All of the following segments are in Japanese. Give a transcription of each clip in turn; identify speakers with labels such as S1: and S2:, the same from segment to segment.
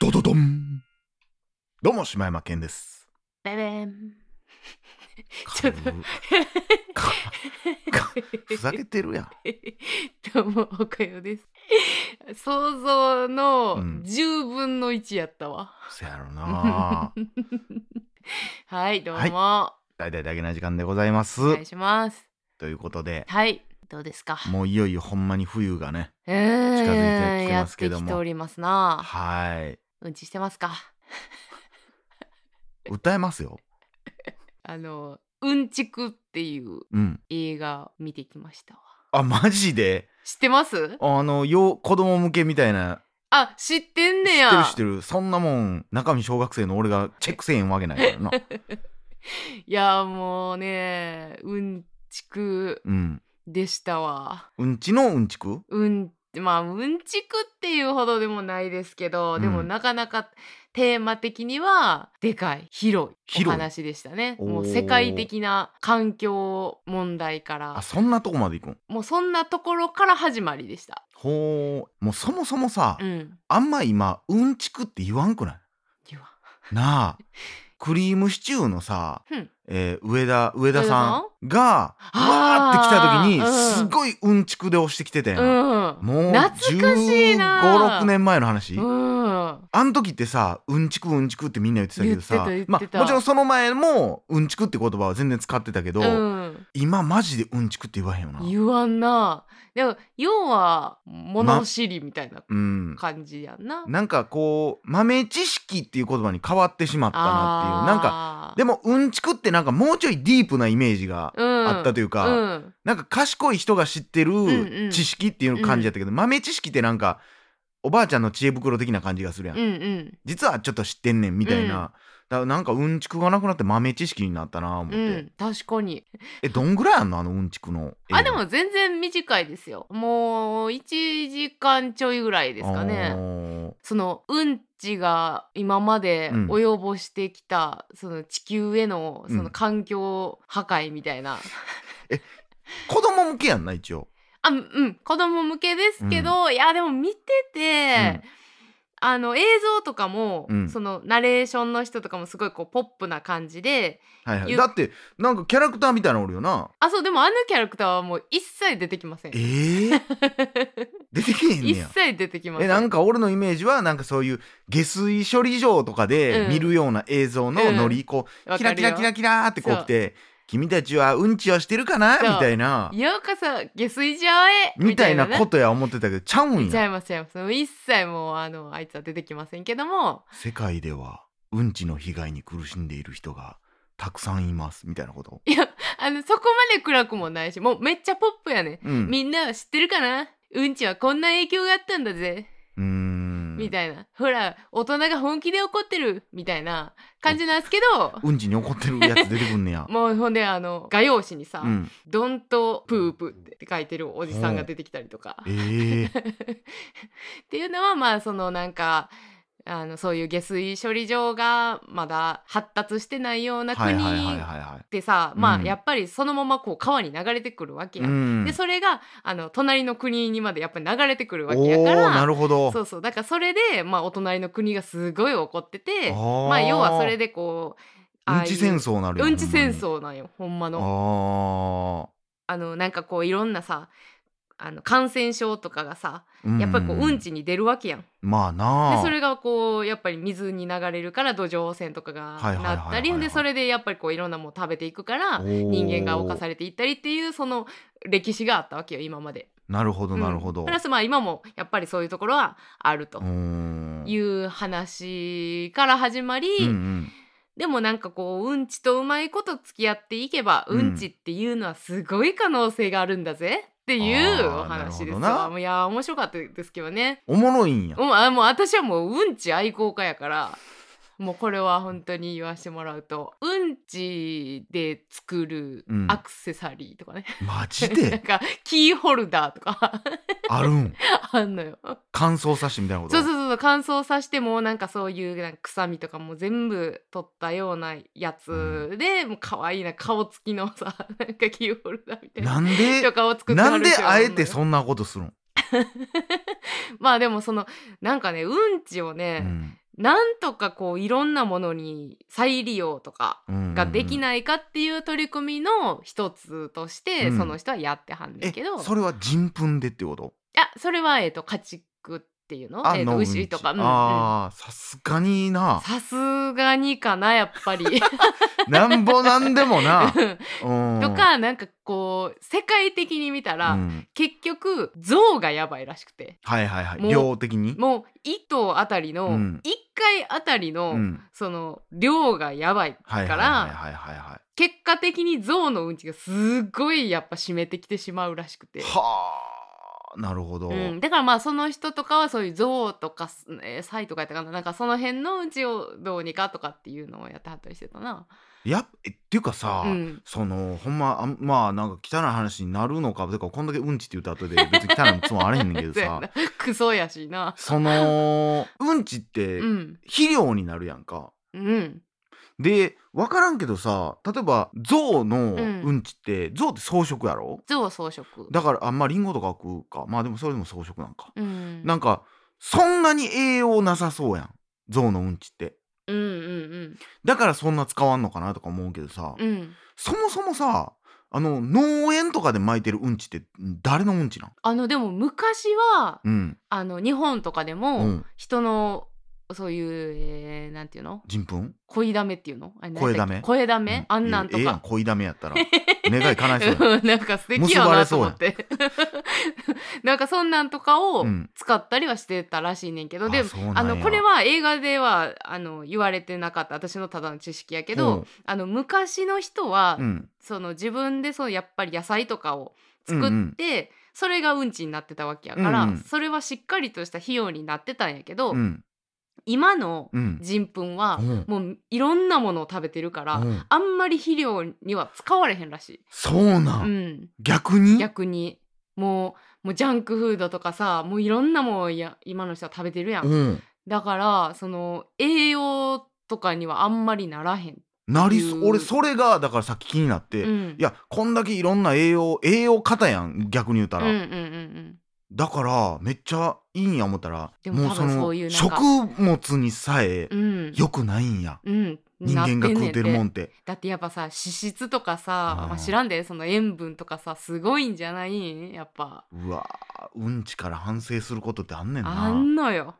S1: ドンどうも、島山健です。
S2: ベベ ン。ち
S1: か
S2: ょっと
S1: もうかかふざけてるやん。
S2: どうも、おかよです。想像の
S1: うん
S2: 10分の1やったわ。
S1: せやろな。
S2: はい、どうも、
S1: はい大体だけな時間でございます。
S2: お願いします。
S1: ということで、
S2: はい、どうですか。
S1: もういよいよほんまに冬がね。
S2: うーん
S1: 近づいてきてますけども
S2: やってきておりますな。
S1: はい。
S2: うんちしてますか。
S1: 歌えますよ。
S2: あの、うんちくっていう
S1: うん。
S2: 映画見てきましたわ。
S1: あ、マジで
S2: 知ってます
S1: あの、よう子供向けみたいな。
S2: あ、知ってん
S1: 知っ
S2: ね
S1: て
S2: や。
S1: る知ってる。そんなもん、中身小学生の俺がチェックせえへんわけないからな。
S2: いや、もうね、うんちく
S1: うん。
S2: でしたわ。
S1: うんちのうんちく
S2: うんまあうんちくっていうほどでもないですけど、
S1: うん
S2: でもなかなかテーマ的にはでかい広いお
S1: 広い
S2: 話でしたね
S1: おー
S2: もう世界的な環境問題から
S1: あ、そんなとこまで行くん
S2: もうそんなところから始まりでした
S1: ほう。もうそもそもさ、
S2: うん
S1: あんま今、うんちくって言わんくない
S2: 言わん
S1: なあクリームシチューのさ、
S2: うん
S1: えー上田上田さんがわーって来た
S2: あ
S1: 時
S2: ー
S1: に、す
S2: い、
S1: ごいうんちくで押してきてたや、
S2: うんん、
S1: もう
S2: 懐かしいな
S1: 1516年前の話、
S2: うん
S1: あん時ってさうんちくうんちくってみんな言ってたけどさ
S2: 言ってた
S1: ま
S2: 言ってた
S1: あ、もちろんその前もうんちくって言葉は全然使ってたけど、
S2: うん、
S1: 今マジでうんちくって言わへんよな。
S2: 言わんなでも要は物知りみたいな
S1: うん
S2: 感じやんな、
S1: なんかこう豆知識っていう言葉に変わってしまったなっていうなんか
S2: か
S1: でもうんちくってなんかもうちょいディープなイメージがあったというか、
S2: うん、
S1: なんか賢い人が知って
S2: んう
S1: る
S2: ん
S1: 知識っていう感じだったけど、豆知識ってなんかおばあちゃんの知恵袋的な感じがするやん、
S2: うんうん
S1: 実はちょっと知ってんねんみたいな、
S2: うん
S1: だからなんかうんちくがなくなって豆知識になったなぁ思って、
S2: うん、確かに
S1: えどんぐらいあんのあのうんちくの映画
S2: あでも全然短いですよもう1時間ちょいぐらいですか
S1: あ
S2: ね
S1: ー
S2: そのうんちが今まで
S1: うん
S2: 及ぼしてきた、その地球へのそ
S1: うん
S2: の環境破壊みたいな、
S1: 子供向けやんな一応
S2: あうん子供向けですけど、いやでも見てて、あの映像とかも、
S1: うん
S2: そのナレーションの人とかもすごいこうポップな感じで
S1: はいはい
S2: ゆ
S1: だってなんかキャラクターみたいなのおるよな
S2: あそうでもあのキャラクターはもう一切出てきません
S1: え ー、出てけへんね
S2: 一
S1: や
S2: 切出てきませ
S1: え
S2: ん
S1: なんか俺のイメージはなんかそういう下水処理場とかで見るような映像のノリ、こう
S2: わ
S1: キラ
S2: かる
S1: キ
S2: よ
S1: ラキラキラーってこう
S2: そう
S1: 来て「君たちはうんちはしてるかな?」み
S2: そう
S1: たいな
S2: ようこそ下水場へ
S1: みたいなこととや思ってたけどちゃうん
S2: ちゃ
S1: や
S2: いますちゃいますもう一切もうあのあいつは出てきませんけども
S1: 世界ではうんちの被害に苦しんでいる人がたくさんいますみたいなこと、
S2: あのそこまで暗くもないしもうめっちゃポップやね、
S1: うん、
S2: みんなは知ってるかなうんちはこんな影響があったんだぜ、
S1: うーん
S2: みたいなほら大人が本気で怒ってるみたいな感じなんですけど、
S1: うんちに怒ってるやつ出てくんねや
S2: もうほんであの画用紙にさ「
S1: うん
S2: ドンとプープ」って書いてるおじさんが出てきたりとか、
S1: えー、
S2: っていうのはまあそのなんかあのそういう下水処理場がまだ発達してないような
S1: はい
S2: 国
S1: はいはいはいは
S2: でさま
S1: う
S2: あ
S1: ん
S2: やっぱりそのままこう川に流れてくるわけ
S1: い
S2: や、
S1: うん
S2: でそれがあの隣の国にまでやっぱり流れてくるわけ
S1: お
S2: やか
S1: ーな
S2: ら
S1: るほど
S2: そうそうだからそれでまあお隣の国がすごい怒ってて
S1: あー
S2: まあ要はそれでこうあ
S1: うん
S2: あいう
S1: ち戦争なるよ
S2: うんち戦争なんよほん
S1: ほ
S2: ま
S1: んまに
S2: のあのなんかこういろんなさあの感染症とかがさ
S1: あー
S2: やっぱりこううんちに出るわけやん
S1: まあな
S2: で
S1: あ
S2: それがこうやっぱり水に流れるから土壌汚染とかが
S1: はいはいはいはい
S2: なったりでそれでやっぱりこういろんなもの食べていくから
S1: おー
S2: 人間が侵されていったりっていうその歴史があったわけよ今まで。
S1: なるほど
S2: うん
S1: なるほど、
S2: プラスまあ今もやっぱりそういうところはあると
S1: うーん
S2: いう話から始まり、
S1: うんうん
S2: でもなんかこううんちとうまいこと付き合っていけば、
S1: う
S2: うんん、ちっていうのはすごい可能性があるんだぜっていうお
S1: あー
S2: 話で
S1: なる
S2: す
S1: ほどな
S2: わ。もういやー面白かったですけどね。
S1: おもろいんや
S2: うん、 あもう私はもううんち愛好家やからもうこれは本当に言わしてもらうとうんちで作る
S1: うん
S2: アクセサリーとかね、
S1: マジ
S2: なん
S1: で
S2: かキーホルダーとか
S1: あるん
S2: あんのよ
S1: 乾燥さしてみたいなこと
S2: そうそうそうそう乾燥させてもなんかそういうなんか臭みとかも全部取ったようなやつで、もう可愛いな顔つきのさ なんかキーホルダーみたいな。
S1: なんで
S2: とかを作っては
S1: な
S2: る
S1: ん
S2: 人
S1: で
S2: や
S1: あえて
S2: ほんま
S1: そんなことするん、
S2: まあでもそのなんかねうんちをね、
S1: うん
S2: なんとかこういろんなものに再利用とかができ
S1: い
S2: ないかっていう取り組みの一つとして、
S1: うん
S2: その人はやってはんねんけど、
S1: えそれは人糞でってこと
S2: いやそれは、えー、と家畜っていうの、えー、と
S1: 農民
S2: 牛とか、うんうん
S1: あーさすがにな
S2: さすがにかなやっぱ り。
S1: なんぼなんでもな、
S2: と
S1: うん、
S2: かなんかこう世界的に見たら、
S1: うん
S2: 結局象がやばいらしくて
S1: はいはいはい
S2: もう
S1: 量的に
S2: もう1頭あたりの、
S1: うん
S2: 1回あたりの、
S1: ん、
S2: その量がやばい
S1: はい
S2: か
S1: はい
S2: ら
S1: はいはいは
S2: 結果的に象のうんちがすごいやっぱ占めてきてしまうらしく
S1: い
S2: て。
S1: はあなるほど、
S2: うん、だからまあその人とかはそういう象とか、えー、サイとかやったかななんかその辺のうんちをどうにかとかっていうのをやってはったりしてたな。
S1: やっえっていうかさ、
S2: うん、
S1: そのほんまあんまあなんか汚い話になるのかてかこんだけうんちって言った後で別に汚いつもあれへんねんけど
S2: そうや
S1: さ
S2: なクソやしな。
S1: そのうんちって
S2: うん
S1: 肥料になるやんか。
S2: うん
S1: で分からんけどさ例えば象の
S2: うん
S1: うんちって、象って草食やろ
S2: 象装飾。
S1: だからあんまりんごとか食うかまあでもそれでも草食なんか、
S2: うん、
S1: なんかそんなに栄養なさそうやん象のうんちって
S2: うんうん
S1: だからそんな使わんのかなとか思うけどさ、
S2: うんうん
S1: そもそもさあの農園とかで巻いてるうんちって誰のうんちなん
S2: あのでも昔は
S1: うん、
S2: あの日本とかで
S1: う
S2: も
S1: ん、
S2: 人のそういう、えーなんていうの
S1: 人糞
S2: 恋だめっていうのあれ
S1: 声だめ
S2: 声だめ、あんなんと
S1: ええやん
S2: か、
S1: 恋ダメやった ら願い叶いそうやん
S2: うんなんか素敵やなと思ってなんかそんなんとかを
S1: うん
S2: 使ったりはしてたらしいねんけど、でも
S1: そうなんや
S2: あのこれは映画ではあの言われてなかった私のただの知識やけど、あの昔の人は、
S1: うんうん
S2: その自分でそうやっぱり野菜とかを作って、
S1: うんうん
S2: それがうんちになってたわけやから、
S1: うんうん
S2: それはしっかりとした費用になってたんやけど、
S1: うん
S2: 今の
S1: うん
S2: 人糞は
S1: うん
S2: もういろんなものを食べてるから、
S1: うん
S2: あんまり肥料には使われへんらしい。
S1: そう
S2: う
S1: なん、
S2: ん、
S1: 逆に
S2: 逆にもうもうジャンクフードとかさもういろんなもんや今の人は食べてるやん、
S1: うん
S2: だからその栄養とかにはあんまりならへん、
S1: なりそ
S2: いう
S1: 俺それがだからさっき気になって、
S2: うん、
S1: いやこんだけいろんな栄養栄養型やん逆に言うた
S2: うん
S1: ら、
S2: うんうんうん
S1: だからめっちゃいいんや思ったら
S2: でも
S1: もうそ
S2: 多分
S1: の
S2: そういうなんか
S1: 食物にさえ
S2: うん
S1: 良くないんや、
S2: うん、
S1: 人間が食うてるもん
S2: ん
S1: って
S2: だってやっぱさ脂質とかさ、
S1: うん
S2: まあ、知らんでその塩分とかさすごいんじゃないやっぱ
S1: うわーうんちから反省することってあんねん
S2: あ
S1: なん
S2: のよ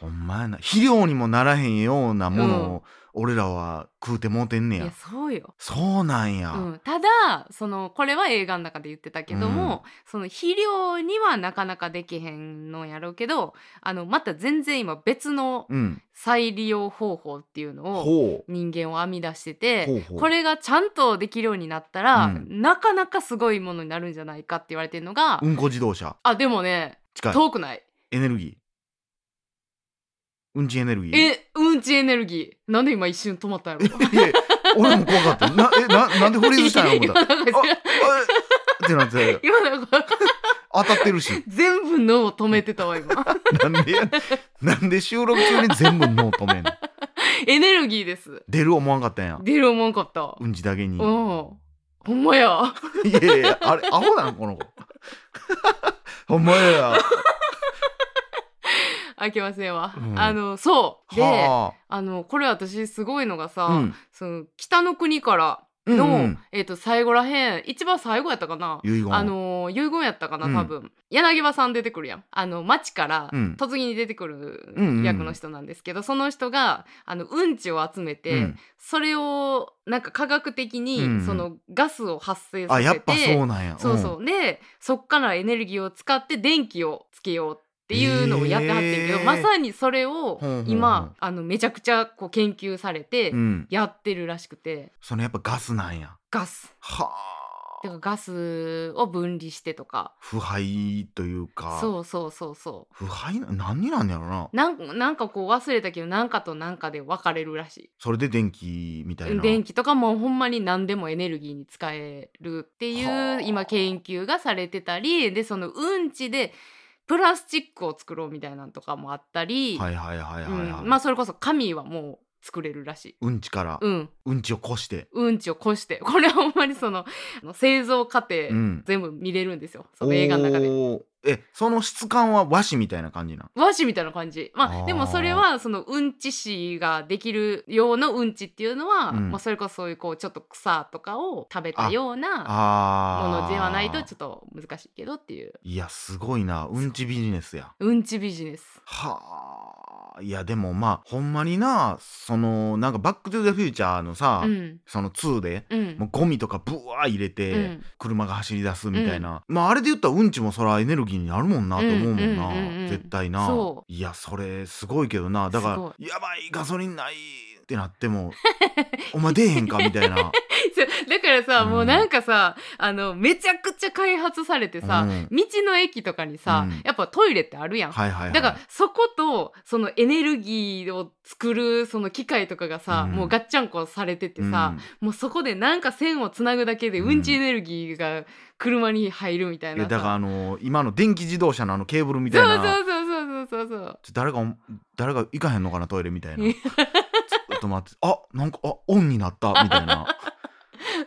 S1: ほんまやな肥料にもならへんようなものを俺らは食うてもうてんね
S2: い
S1: や、
S2: やそうよ、
S1: そうなんや、
S2: うん、ただそのこれは映画の中で言ってたけども、その肥料にはなかなかできへんのやろうけどあのまた全然今別の
S1: うん
S2: 再利用方法っていうのを
S1: ほう
S2: 人間を編み出してて
S1: ほうほう
S2: これがちゃんとできるようになったら、
S1: うん
S2: なかなかすごいものになるんじゃないかって言われてるのが、
S1: うんこ自動車
S2: あでもね
S1: 近い
S2: 遠くない
S1: エネルギーうんちエネルギー
S2: え、うんちエネルギー。なんで今一瞬止まった んやろ。
S1: いや俺も怖かったなえななんでフリーズしたんやろ思っ
S2: 今
S1: た
S2: なんか
S1: えってなって
S2: 今なんか
S1: 当たってるし
S2: 全部脳を止めてたわ今。
S1: なんでやなんで収録中に全部脳止めんの
S2: エネルギーです。
S1: 出る思わんかったんや
S2: 出る思わんかった。
S1: うんちだけに
S2: うん。ほんまや。
S1: いやいやあれアホなんこの子ほんまや
S2: あけませんわ。
S1: うん
S2: あのそうで、
S1: は
S2: あのこれ私すごいのがさ、
S1: あうん
S2: その北の国から
S1: うん
S2: の、
S1: うん
S2: えっ、と最後らへん一番最後やったかな。
S1: 遺言
S2: あのー遺言やったかな
S1: うん
S2: 多分、柳葉さん出てくるやんあの町から
S1: うん
S2: 栃木に出てく
S1: うんうんう
S2: る
S1: ん
S2: 役の人なんですけど、その人があのうんちを集めて、
S1: うん
S2: それをなんか科学的に、
S1: うんうん
S2: そのガスを発生さ
S1: あ
S2: せて
S1: やっぱそうなんや
S2: そうそうでそっからエネルギーを使って電気をつけようっていうのをやってはってんけど、
S1: へー
S2: まさにそれ
S1: ほ
S2: を
S1: んほんほん
S2: 今、あのめちゃくちゃこう研究されて
S1: うん、うん、
S2: やってるらしくて、
S1: そのやっぱガスなんや
S2: ガス。
S1: はあ
S2: だからガスを分離してとか
S1: 腐敗というか
S2: そうそうそうそ
S1: 腐敗な何になんやろな
S2: うなんなんかこう忘れたけどなんかとなんかで分かれるらし
S1: それで電気みたい
S2: い
S1: な
S2: 電気とかもほんまに何でもエネルギーに使えるって
S1: は
S2: いう
S1: あ
S2: 今研究がされてたりでそのうんちでプラスチックを作ろうみたいなのとかもあったり、
S1: はいはいはいはいはい、
S2: うん、まあそれこそ紙はもう作れるらしい。
S1: うんちから
S2: うん、
S1: うんちをこして、
S2: うんちをこしてこれはほんまにそのあの製造過程、
S1: うん、
S2: 全部見れるんですよその映画の中で。
S1: おーえその質感は和紙みたいな感じなん
S2: 和紙みたいな感じま
S1: あ
S2: あ
S1: ー
S2: でもそれはそのうんち紙ができる用のうんちっていうのは、
S1: うん
S2: まあ、それこそそういうこうちょっと草とかを食べたようなも
S1: ああ
S2: のではないとちょっと難しいけどっていう
S1: いやすごいなうんちビジネスや
S2: うんちビジネス
S1: はあいやでもまあほんまになそのなんか「バック・トゥ・ザ・フューチャー」のさ、
S2: うん
S1: その2で
S2: うん
S1: もうゴミとかブワー入れて、
S2: うん
S1: 車が走り出すみたいな、まああれで言ったらうんちもそらエネルギーになるもんなと思うもんな、
S2: うんうんうんうん
S1: 絶対な
S2: そう
S1: いやそれすごいけどなだ
S2: す
S1: か
S2: ご
S1: らやばいガソリンないってなって もお前出えへんかみたいな
S2: そう だからさ、
S1: うん
S2: もうなんかさあのめちゃくちゃ開発されてさ、
S1: うん
S2: 道の駅とかにさ、
S1: うん
S2: やっぱトイレってあるやん。
S1: はいはい、はい、
S2: だからそことそのエネルギーを作るその機械とかがさ、
S1: うん
S2: もうガッチャンコされててさ、もうそこでなんか線をつなぐだけで
S1: うん
S2: うんちエネルギーが車に入るみた
S1: う
S2: い
S1: ん、い
S2: な
S1: や
S2: さ
S1: だからあの今の電気自動車のあのケーブルみたい
S2: そう
S1: な
S2: そうそうそうそうそう
S1: ちょ誰かお誰か行かへんのかなトイレみたいな
S2: いや
S1: ちょっと待ってあなんかあオンになったみたい な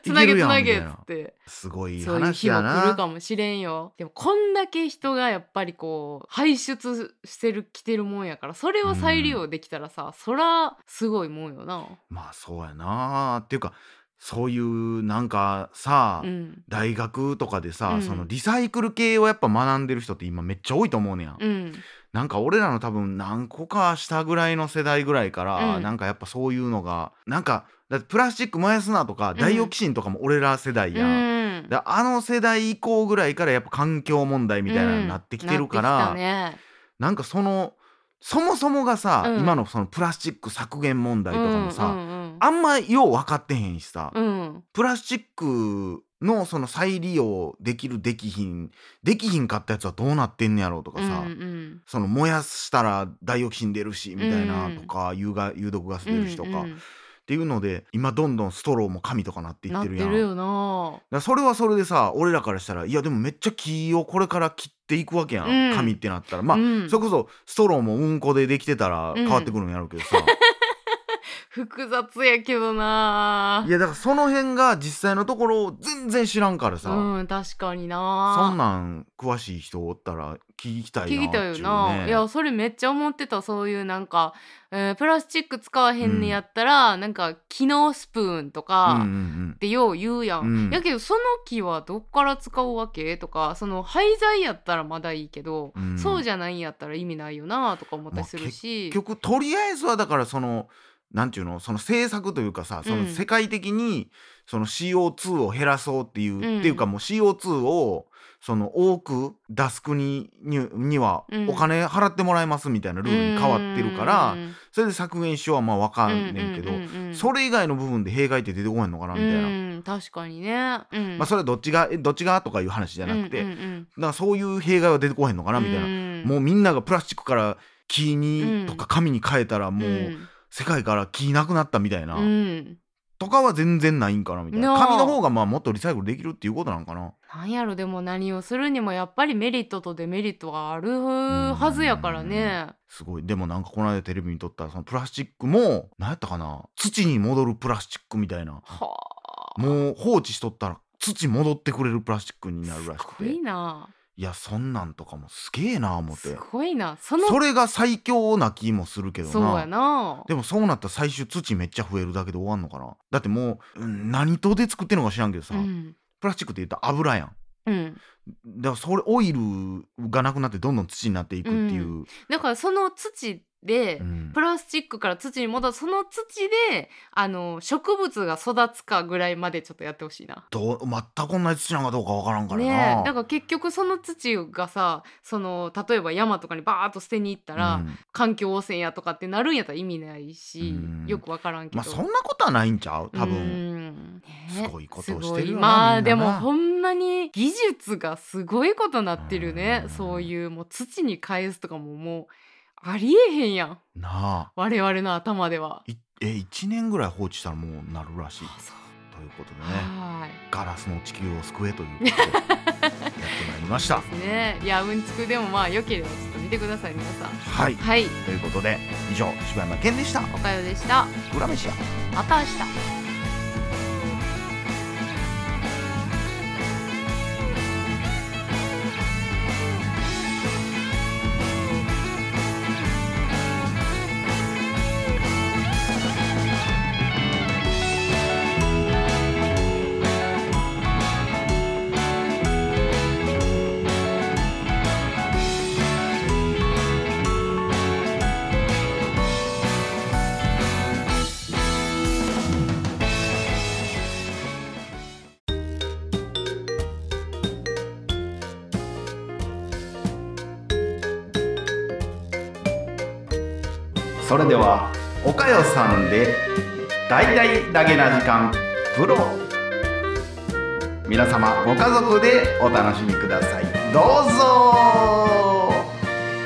S2: つなげ
S1: いける
S2: つ
S1: やん
S2: な
S1: みた
S2: げ
S1: い
S2: っつ
S1: な
S2: って
S1: すごい
S2: そういう
S1: 話
S2: 日も
S1: や
S2: 来る
S1: な
S2: かもしれんよでもこんだけ人がやっぱりこう排出してる来てるもんやからそれを再利用できたらさ、そらすごいもんよな
S1: まあそうやなっていうかそういうなんかさ、
S2: うん
S1: 大学とかでさ、
S2: うん
S1: そのリサイクル系をやっぱ学んでる人って今めっちゃ多いと思うねや、ん、
S2: うん
S1: なんか俺らの多分何個か下ぐらいの世代ぐらいから、
S2: うん
S1: なんかやっぱそういうのがなんかだってプラスチック燃やすなとか、
S2: ん
S1: ダイオキシンとかも俺ら世代やん、
S2: うん
S1: だあの世代以降ぐらいからやっぱ環境問題みたいなのになってきてるから、
S2: うんなってきたね
S1: なんかそのそもそもがさ、
S2: うん
S1: 今のそのプラスチック削減問題とかもさ、
S2: うんうん
S1: あんまよう分かってへんしさ、
S2: うんうん
S1: プラスチックのその再利用できるできひんできひんかったやつはどうなってんねやろうとかさ、
S2: うんうん
S1: その燃やしたらダイオキシン出るしみたいなとか、有害有毒ガス出るしとか、
S2: うん
S1: っ
S2: うん
S1: ていうので今どんどんストローも紙とかなっていっ
S2: なってて
S1: るやん。
S2: るよな
S1: だからそれはそれでさ俺らからしたらいやでもめっちゃ木をこれから切っていくわけやん、
S2: うん
S1: 紙ってなったらまあ、
S2: うん
S1: それこそストローもうんこでできてたら変わってくるんやろうけど さ、
S2: 複雑やけどない
S1: やだからその辺が実際のところ全然知らんからさ、
S2: うん確か
S1: そ
S2: になん
S1: なん詳しい人おったら聞きたい
S2: 聞
S1: なっ
S2: い
S1: て
S2: た
S1: い
S2: よ
S1: う
S2: な、
S1: ね。
S2: いやそれめっちゃ思ってたそういうなんか、えープラスチック使わへんねやったら、なんか木のスプーンと
S1: うんう
S2: か
S1: ん
S2: ってよう言うやん、
S1: うん
S2: やけどその木はどっから使うわけとかその廃材やったらまだいいけど、
S1: うん
S2: そうじゃないんやったら意味ないよなとか思ったりするし
S1: 結、局とりあえずはだからそのなんていうのその政策というかさそうの
S2: ん
S1: 世界的にその CO2 を減らそうっていう、
S2: ん
S1: っていうかもう CO2 をその多く出す国にには
S2: うん
S1: お金払ってもらいますみたいなルールに変わってるから、それで削減しようはまあわかんねんけど、そ
S2: れ
S1: れ以外の部分で弊害って出てこへんのかなみたいな、
S2: うん確かにね、うん
S1: まあそれはどっちがえどっちがとかいう話じゃなくて、
S2: うん
S1: だ
S2: うんうん
S1: からそういう弊害は出てこへんのかなみたいな、
S2: うん
S1: もうみんながプラスチックから木
S2: うん
S1: にとか紙に変えたらもう、
S2: ん
S1: 世界から木なくなったみたいな、
S2: うん
S1: とかは全然ないんかなみたいな
S2: なあ
S1: 紙の方がまあもっとリサイクルできるっていうことなんかな
S2: なんやろでも何をするにもやっぱりメリットとデメリットがあるはずやからね。
S1: すごいでもなんかこの間テレビに撮ったそのプラスチックも何やったかな土に戻るプラスチックみたいな
S2: はあ。
S1: もう放置しとったら土戻ってくれるプラスチックになるらしく
S2: すご
S1: て
S2: い
S1: い
S2: な。
S1: やそんなんとかもすげえな思って
S2: すごいな。その
S1: それが最強な気もするけど
S2: そうやな。
S1: でもそうなったら最終土めっちゃ増えるだけで終わんのかなだってもう、うん何とで作ってんのか知らんけどさ、
S2: うん。
S1: プラスチックって言ったら油やん
S2: うん、
S1: だからそれオイルがなくなってどんどん土になっていくっていう、
S2: だからその土で、
S1: うん
S2: プラスチックから土に戻るその土であの植物が育つかぐらいまでちょっとやってほしいな。
S1: どう全く同じ土なんかどうかわからんからな、
S2: ねえだから結局その土がさその例えば山とかにバーッと捨てに行ったら、
S1: うん
S2: 環境汚染やとかってなるんやったら意味ないし、
S1: うん
S2: よく分からんけど。
S1: まあそんなことはないんちゃう多
S2: う
S1: 分
S2: んね
S1: すごいことをしてるよなみん
S2: すごい
S1: な
S2: まあ
S1: な
S2: でもほんまに技術がすごいことになってるね
S1: うん
S2: そういうもう土に返すとかももうありえへんやん
S1: なあ
S2: 我々の頭では。
S1: いえ1年ぐらい放置したらもうなるらしい
S2: あそう
S1: ということでね
S2: は
S1: ガラスの地球を救えという ことでやってまいりました
S2: いねいやうんちくでもまあ良ければちょっと見てください皆さん。
S1: はい
S2: はい
S1: ということで以上柴山健でした
S2: おかよでした
S1: 裏飯や
S2: また明日
S1: それではおかよさんで「だいだいだげな時間プロ」皆様ご家族でお楽しみくださいどうぞ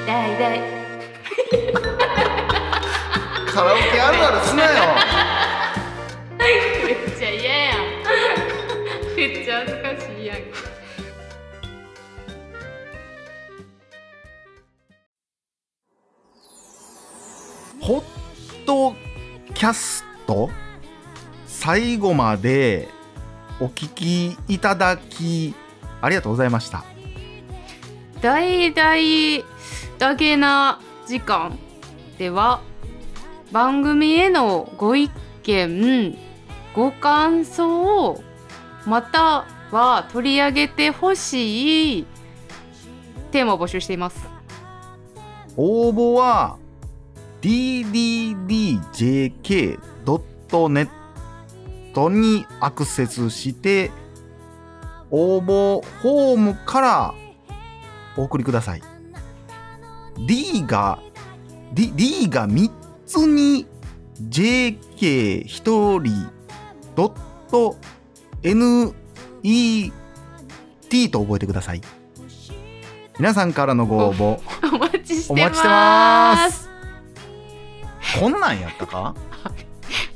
S2: だいだい
S1: カラオケあるあるすなよ
S2: めっちゃ嫌やん めっちゃ恥ずかしいやん
S1: ホットキャスト最後までお聞きいただきありがとうございました
S2: だいだいだけな時間では番組へのご意見ご感想または取り上げてほしいテーマを募集しています
S1: 応募は ddjk.net にアクセスして応募フォームからお送りください D が D, D が3つに JK1 人 .net と覚えてください皆さんからのご応募
S2: お待ちして
S1: お
S2: ま
S1: 待
S2: す
S1: ちしてます。こんなんやったか？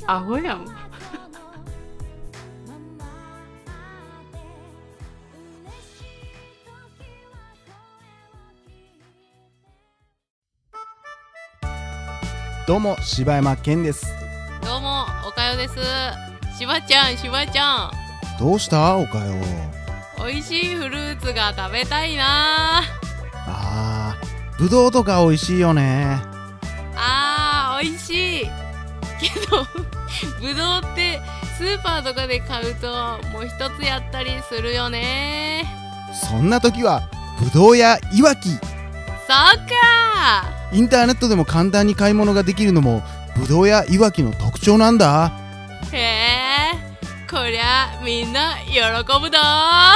S2: アホやん
S3: どうも柴山健です
S4: どうも、おかよです。しばちゃん、しばちゃん。
S3: どうしたおかよ
S4: 美味しいフルーツが食べたいな
S3: あーぶどうとか美味しいよね
S4: あー、美味しい。けど、 ぶどうってスーパーとかで買うともう一つやったりするよね
S3: そんな時はぶどうやいわき
S4: そっか
S3: インターネットでも簡単に買い物ができるのもぶどうやいわきの特徴なんだ
S4: へえ、こりゃみんな喜ぶだ